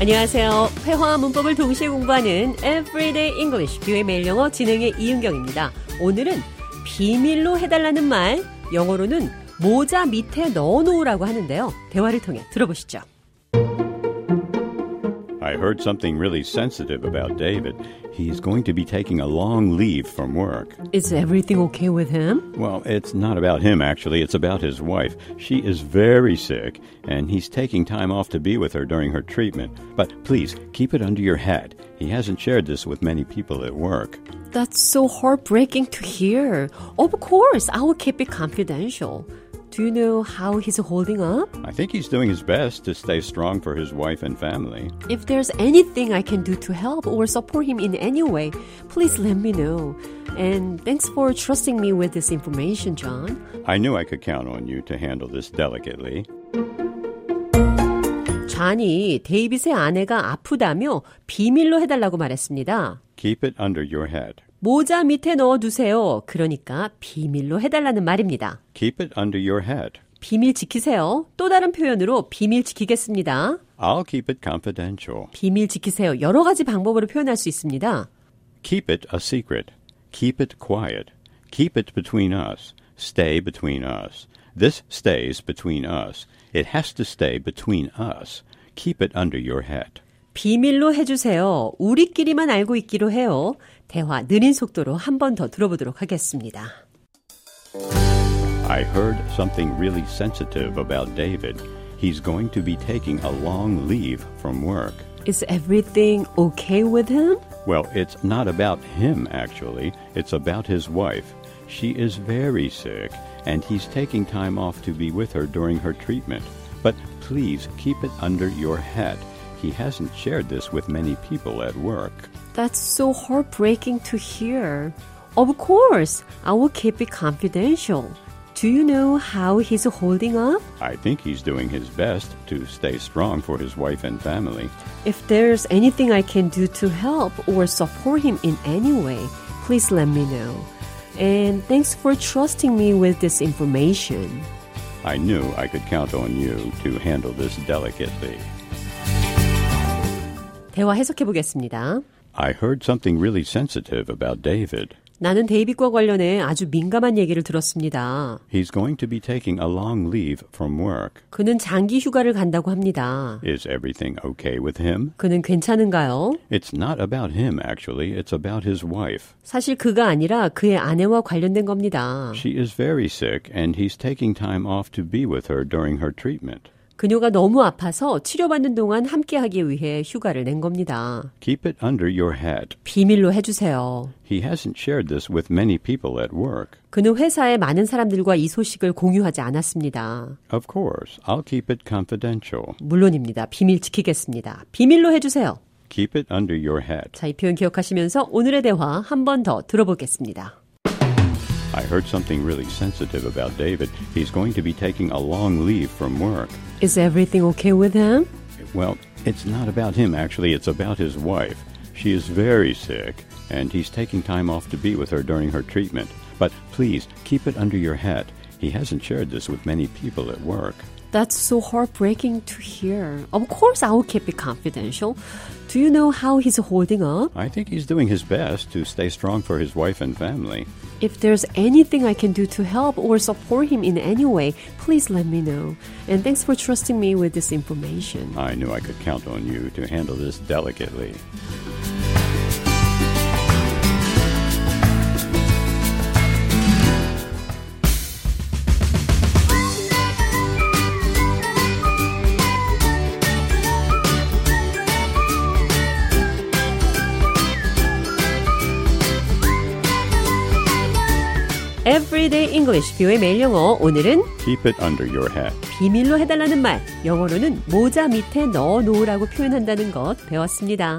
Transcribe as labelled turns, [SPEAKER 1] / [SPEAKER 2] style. [SPEAKER 1] 안녕하세요. 회화와 문법을 동시에 공부하는 Everyday English 뷰의 매일 영어 진행의 이은경입니다. 오늘은 비밀로 해달라는 말, 영어로는 모자 밑에 넣어놓으라고 하는데요. 대화를 통해 들어보시죠.
[SPEAKER 2] I heard something really sensitive about David. He's going to be taking a long leave from work.
[SPEAKER 1] Is everything okay with him?
[SPEAKER 2] Well, it's not about him, actually. It's about his wife. She is very sick, and he's taking time off to be with her during her treatment. But please, keep it under your hat. He hasn't shared this with many people at work.
[SPEAKER 1] That's so heartbreaking to hear. Of course, I will keep it confidential. Do you know how he's holding up?
[SPEAKER 2] I think he's doing his best to stay strong for his wife and family.
[SPEAKER 1] If there's anything I can do to help or support him in any way, please let me know. And thanks for trusting me with this information, John.
[SPEAKER 2] I knew I could count on you to handle this delicately.
[SPEAKER 1] 잔이 데이빗의 아내가 아프다며 비밀로 해달라고 말했습니다.
[SPEAKER 2] Keep it under your hat.
[SPEAKER 1] 모자 밑에 넣어두세요. 그러니까 비밀로 해달라는 말입니다.
[SPEAKER 2] Keep it under your hat.
[SPEAKER 1] 비밀 지키세요. 또 다른 표현으로 비밀 지키겠습니다.
[SPEAKER 2] I'll keep it confidential.
[SPEAKER 1] 비밀 지키세요. 여러 가지 방법으로 표현할 수 있습니다.
[SPEAKER 2] Keep it a secret. Keep it quiet. Keep it between us. Stay between us. This stays between us. It has to stay between us. Keep it under your hat.
[SPEAKER 1] 비밀로 해주세요. 우리끼리만 알고 있기로 해요. 대화 느린 속도로 한 번 더 들어보도록 하겠습니다.
[SPEAKER 2] I heard something really sensitive about David. He's going to be taking a long leave from work.
[SPEAKER 1] Is everything okay with him?
[SPEAKER 2] Well, it's not about him, actually. It's about his wife. She is very sick, and he's taking time off to be with her during her treatment. But please keep it under your hat. He hasn't shared this with many people at work.
[SPEAKER 1] That's so heartbreaking to hear. Of course, I will keep it confidential. Do you know how he's holding up?
[SPEAKER 2] I think he's doing his best to stay strong for his wife and family.
[SPEAKER 1] If there's anything I can do to help or support him in any way, please let me know. And thanks for trusting me with this information.
[SPEAKER 2] I knew I could count on you to handle this delicately.
[SPEAKER 1] 대화 해석해 보겠습니다.
[SPEAKER 2] I heard something really sensitive about David.
[SPEAKER 1] 나는 데이빗과 관련해 아주 민감한 얘기를 들었습니다.
[SPEAKER 2] He's going to be taking a long leave from work.
[SPEAKER 1] 그는 장기 휴가를 간다고 합니다.
[SPEAKER 2] Is everything okay with him?
[SPEAKER 1] 그는 괜찮은가요?
[SPEAKER 2] It's not about him, actually. It's about his wife.
[SPEAKER 1] 사실 그가 아니라 그의 아내와 관련된 겁니다.
[SPEAKER 2] She is very sick, and he's taking time off to be with her during her treatment.
[SPEAKER 1] 그녀가 너무 아파서 치료받는 동안 함께하기 위해 휴가를 낸 겁니다.
[SPEAKER 2] Keep it under your hat.
[SPEAKER 1] 비밀로 해주세요.
[SPEAKER 2] He hasn't shared this with many people at work.
[SPEAKER 1] 그는 회사의 많은 사람들과 이 소식을 공유하지 않았습니다.
[SPEAKER 2] Of course, I'll keep it confidential.
[SPEAKER 1] 물론입니다. 비밀 지키겠습니다. 비밀로 해주세요.
[SPEAKER 2] Keep it under your hat.
[SPEAKER 1] 자, 이 표현 기억하시면서 오늘의 대화 한 번 더 들어보겠습니다.
[SPEAKER 2] I heard something really sensitive about David. He's going to be taking a long leave from work.
[SPEAKER 1] Is everything okay with him?
[SPEAKER 2] Well, it's not about him, actually. It's about his wife. She is very sick, and he's taking time off to be with her during her treatment. But please, keep it under your hat. He hasn't shared this with many people at work.
[SPEAKER 1] That's so heartbreaking to hear. Of course, I will keep it confidential. Do you know how he's holding up?
[SPEAKER 2] I think he's doing his best to stay strong for his wife and family.
[SPEAKER 1] If there's anything I can do to help or support him in any way, please let me know. And thanks for trusting me with this information.
[SPEAKER 2] I knew I could count on you to handle this delicately.
[SPEAKER 1] Everyday English, 뷰의 매일 영어. 오늘은
[SPEAKER 2] Keep it under your hat.
[SPEAKER 1] 비밀로 해달라는 말, 영어로는 모자 밑에 넣어 놓으라고 표현한다는 것 배웠습니다.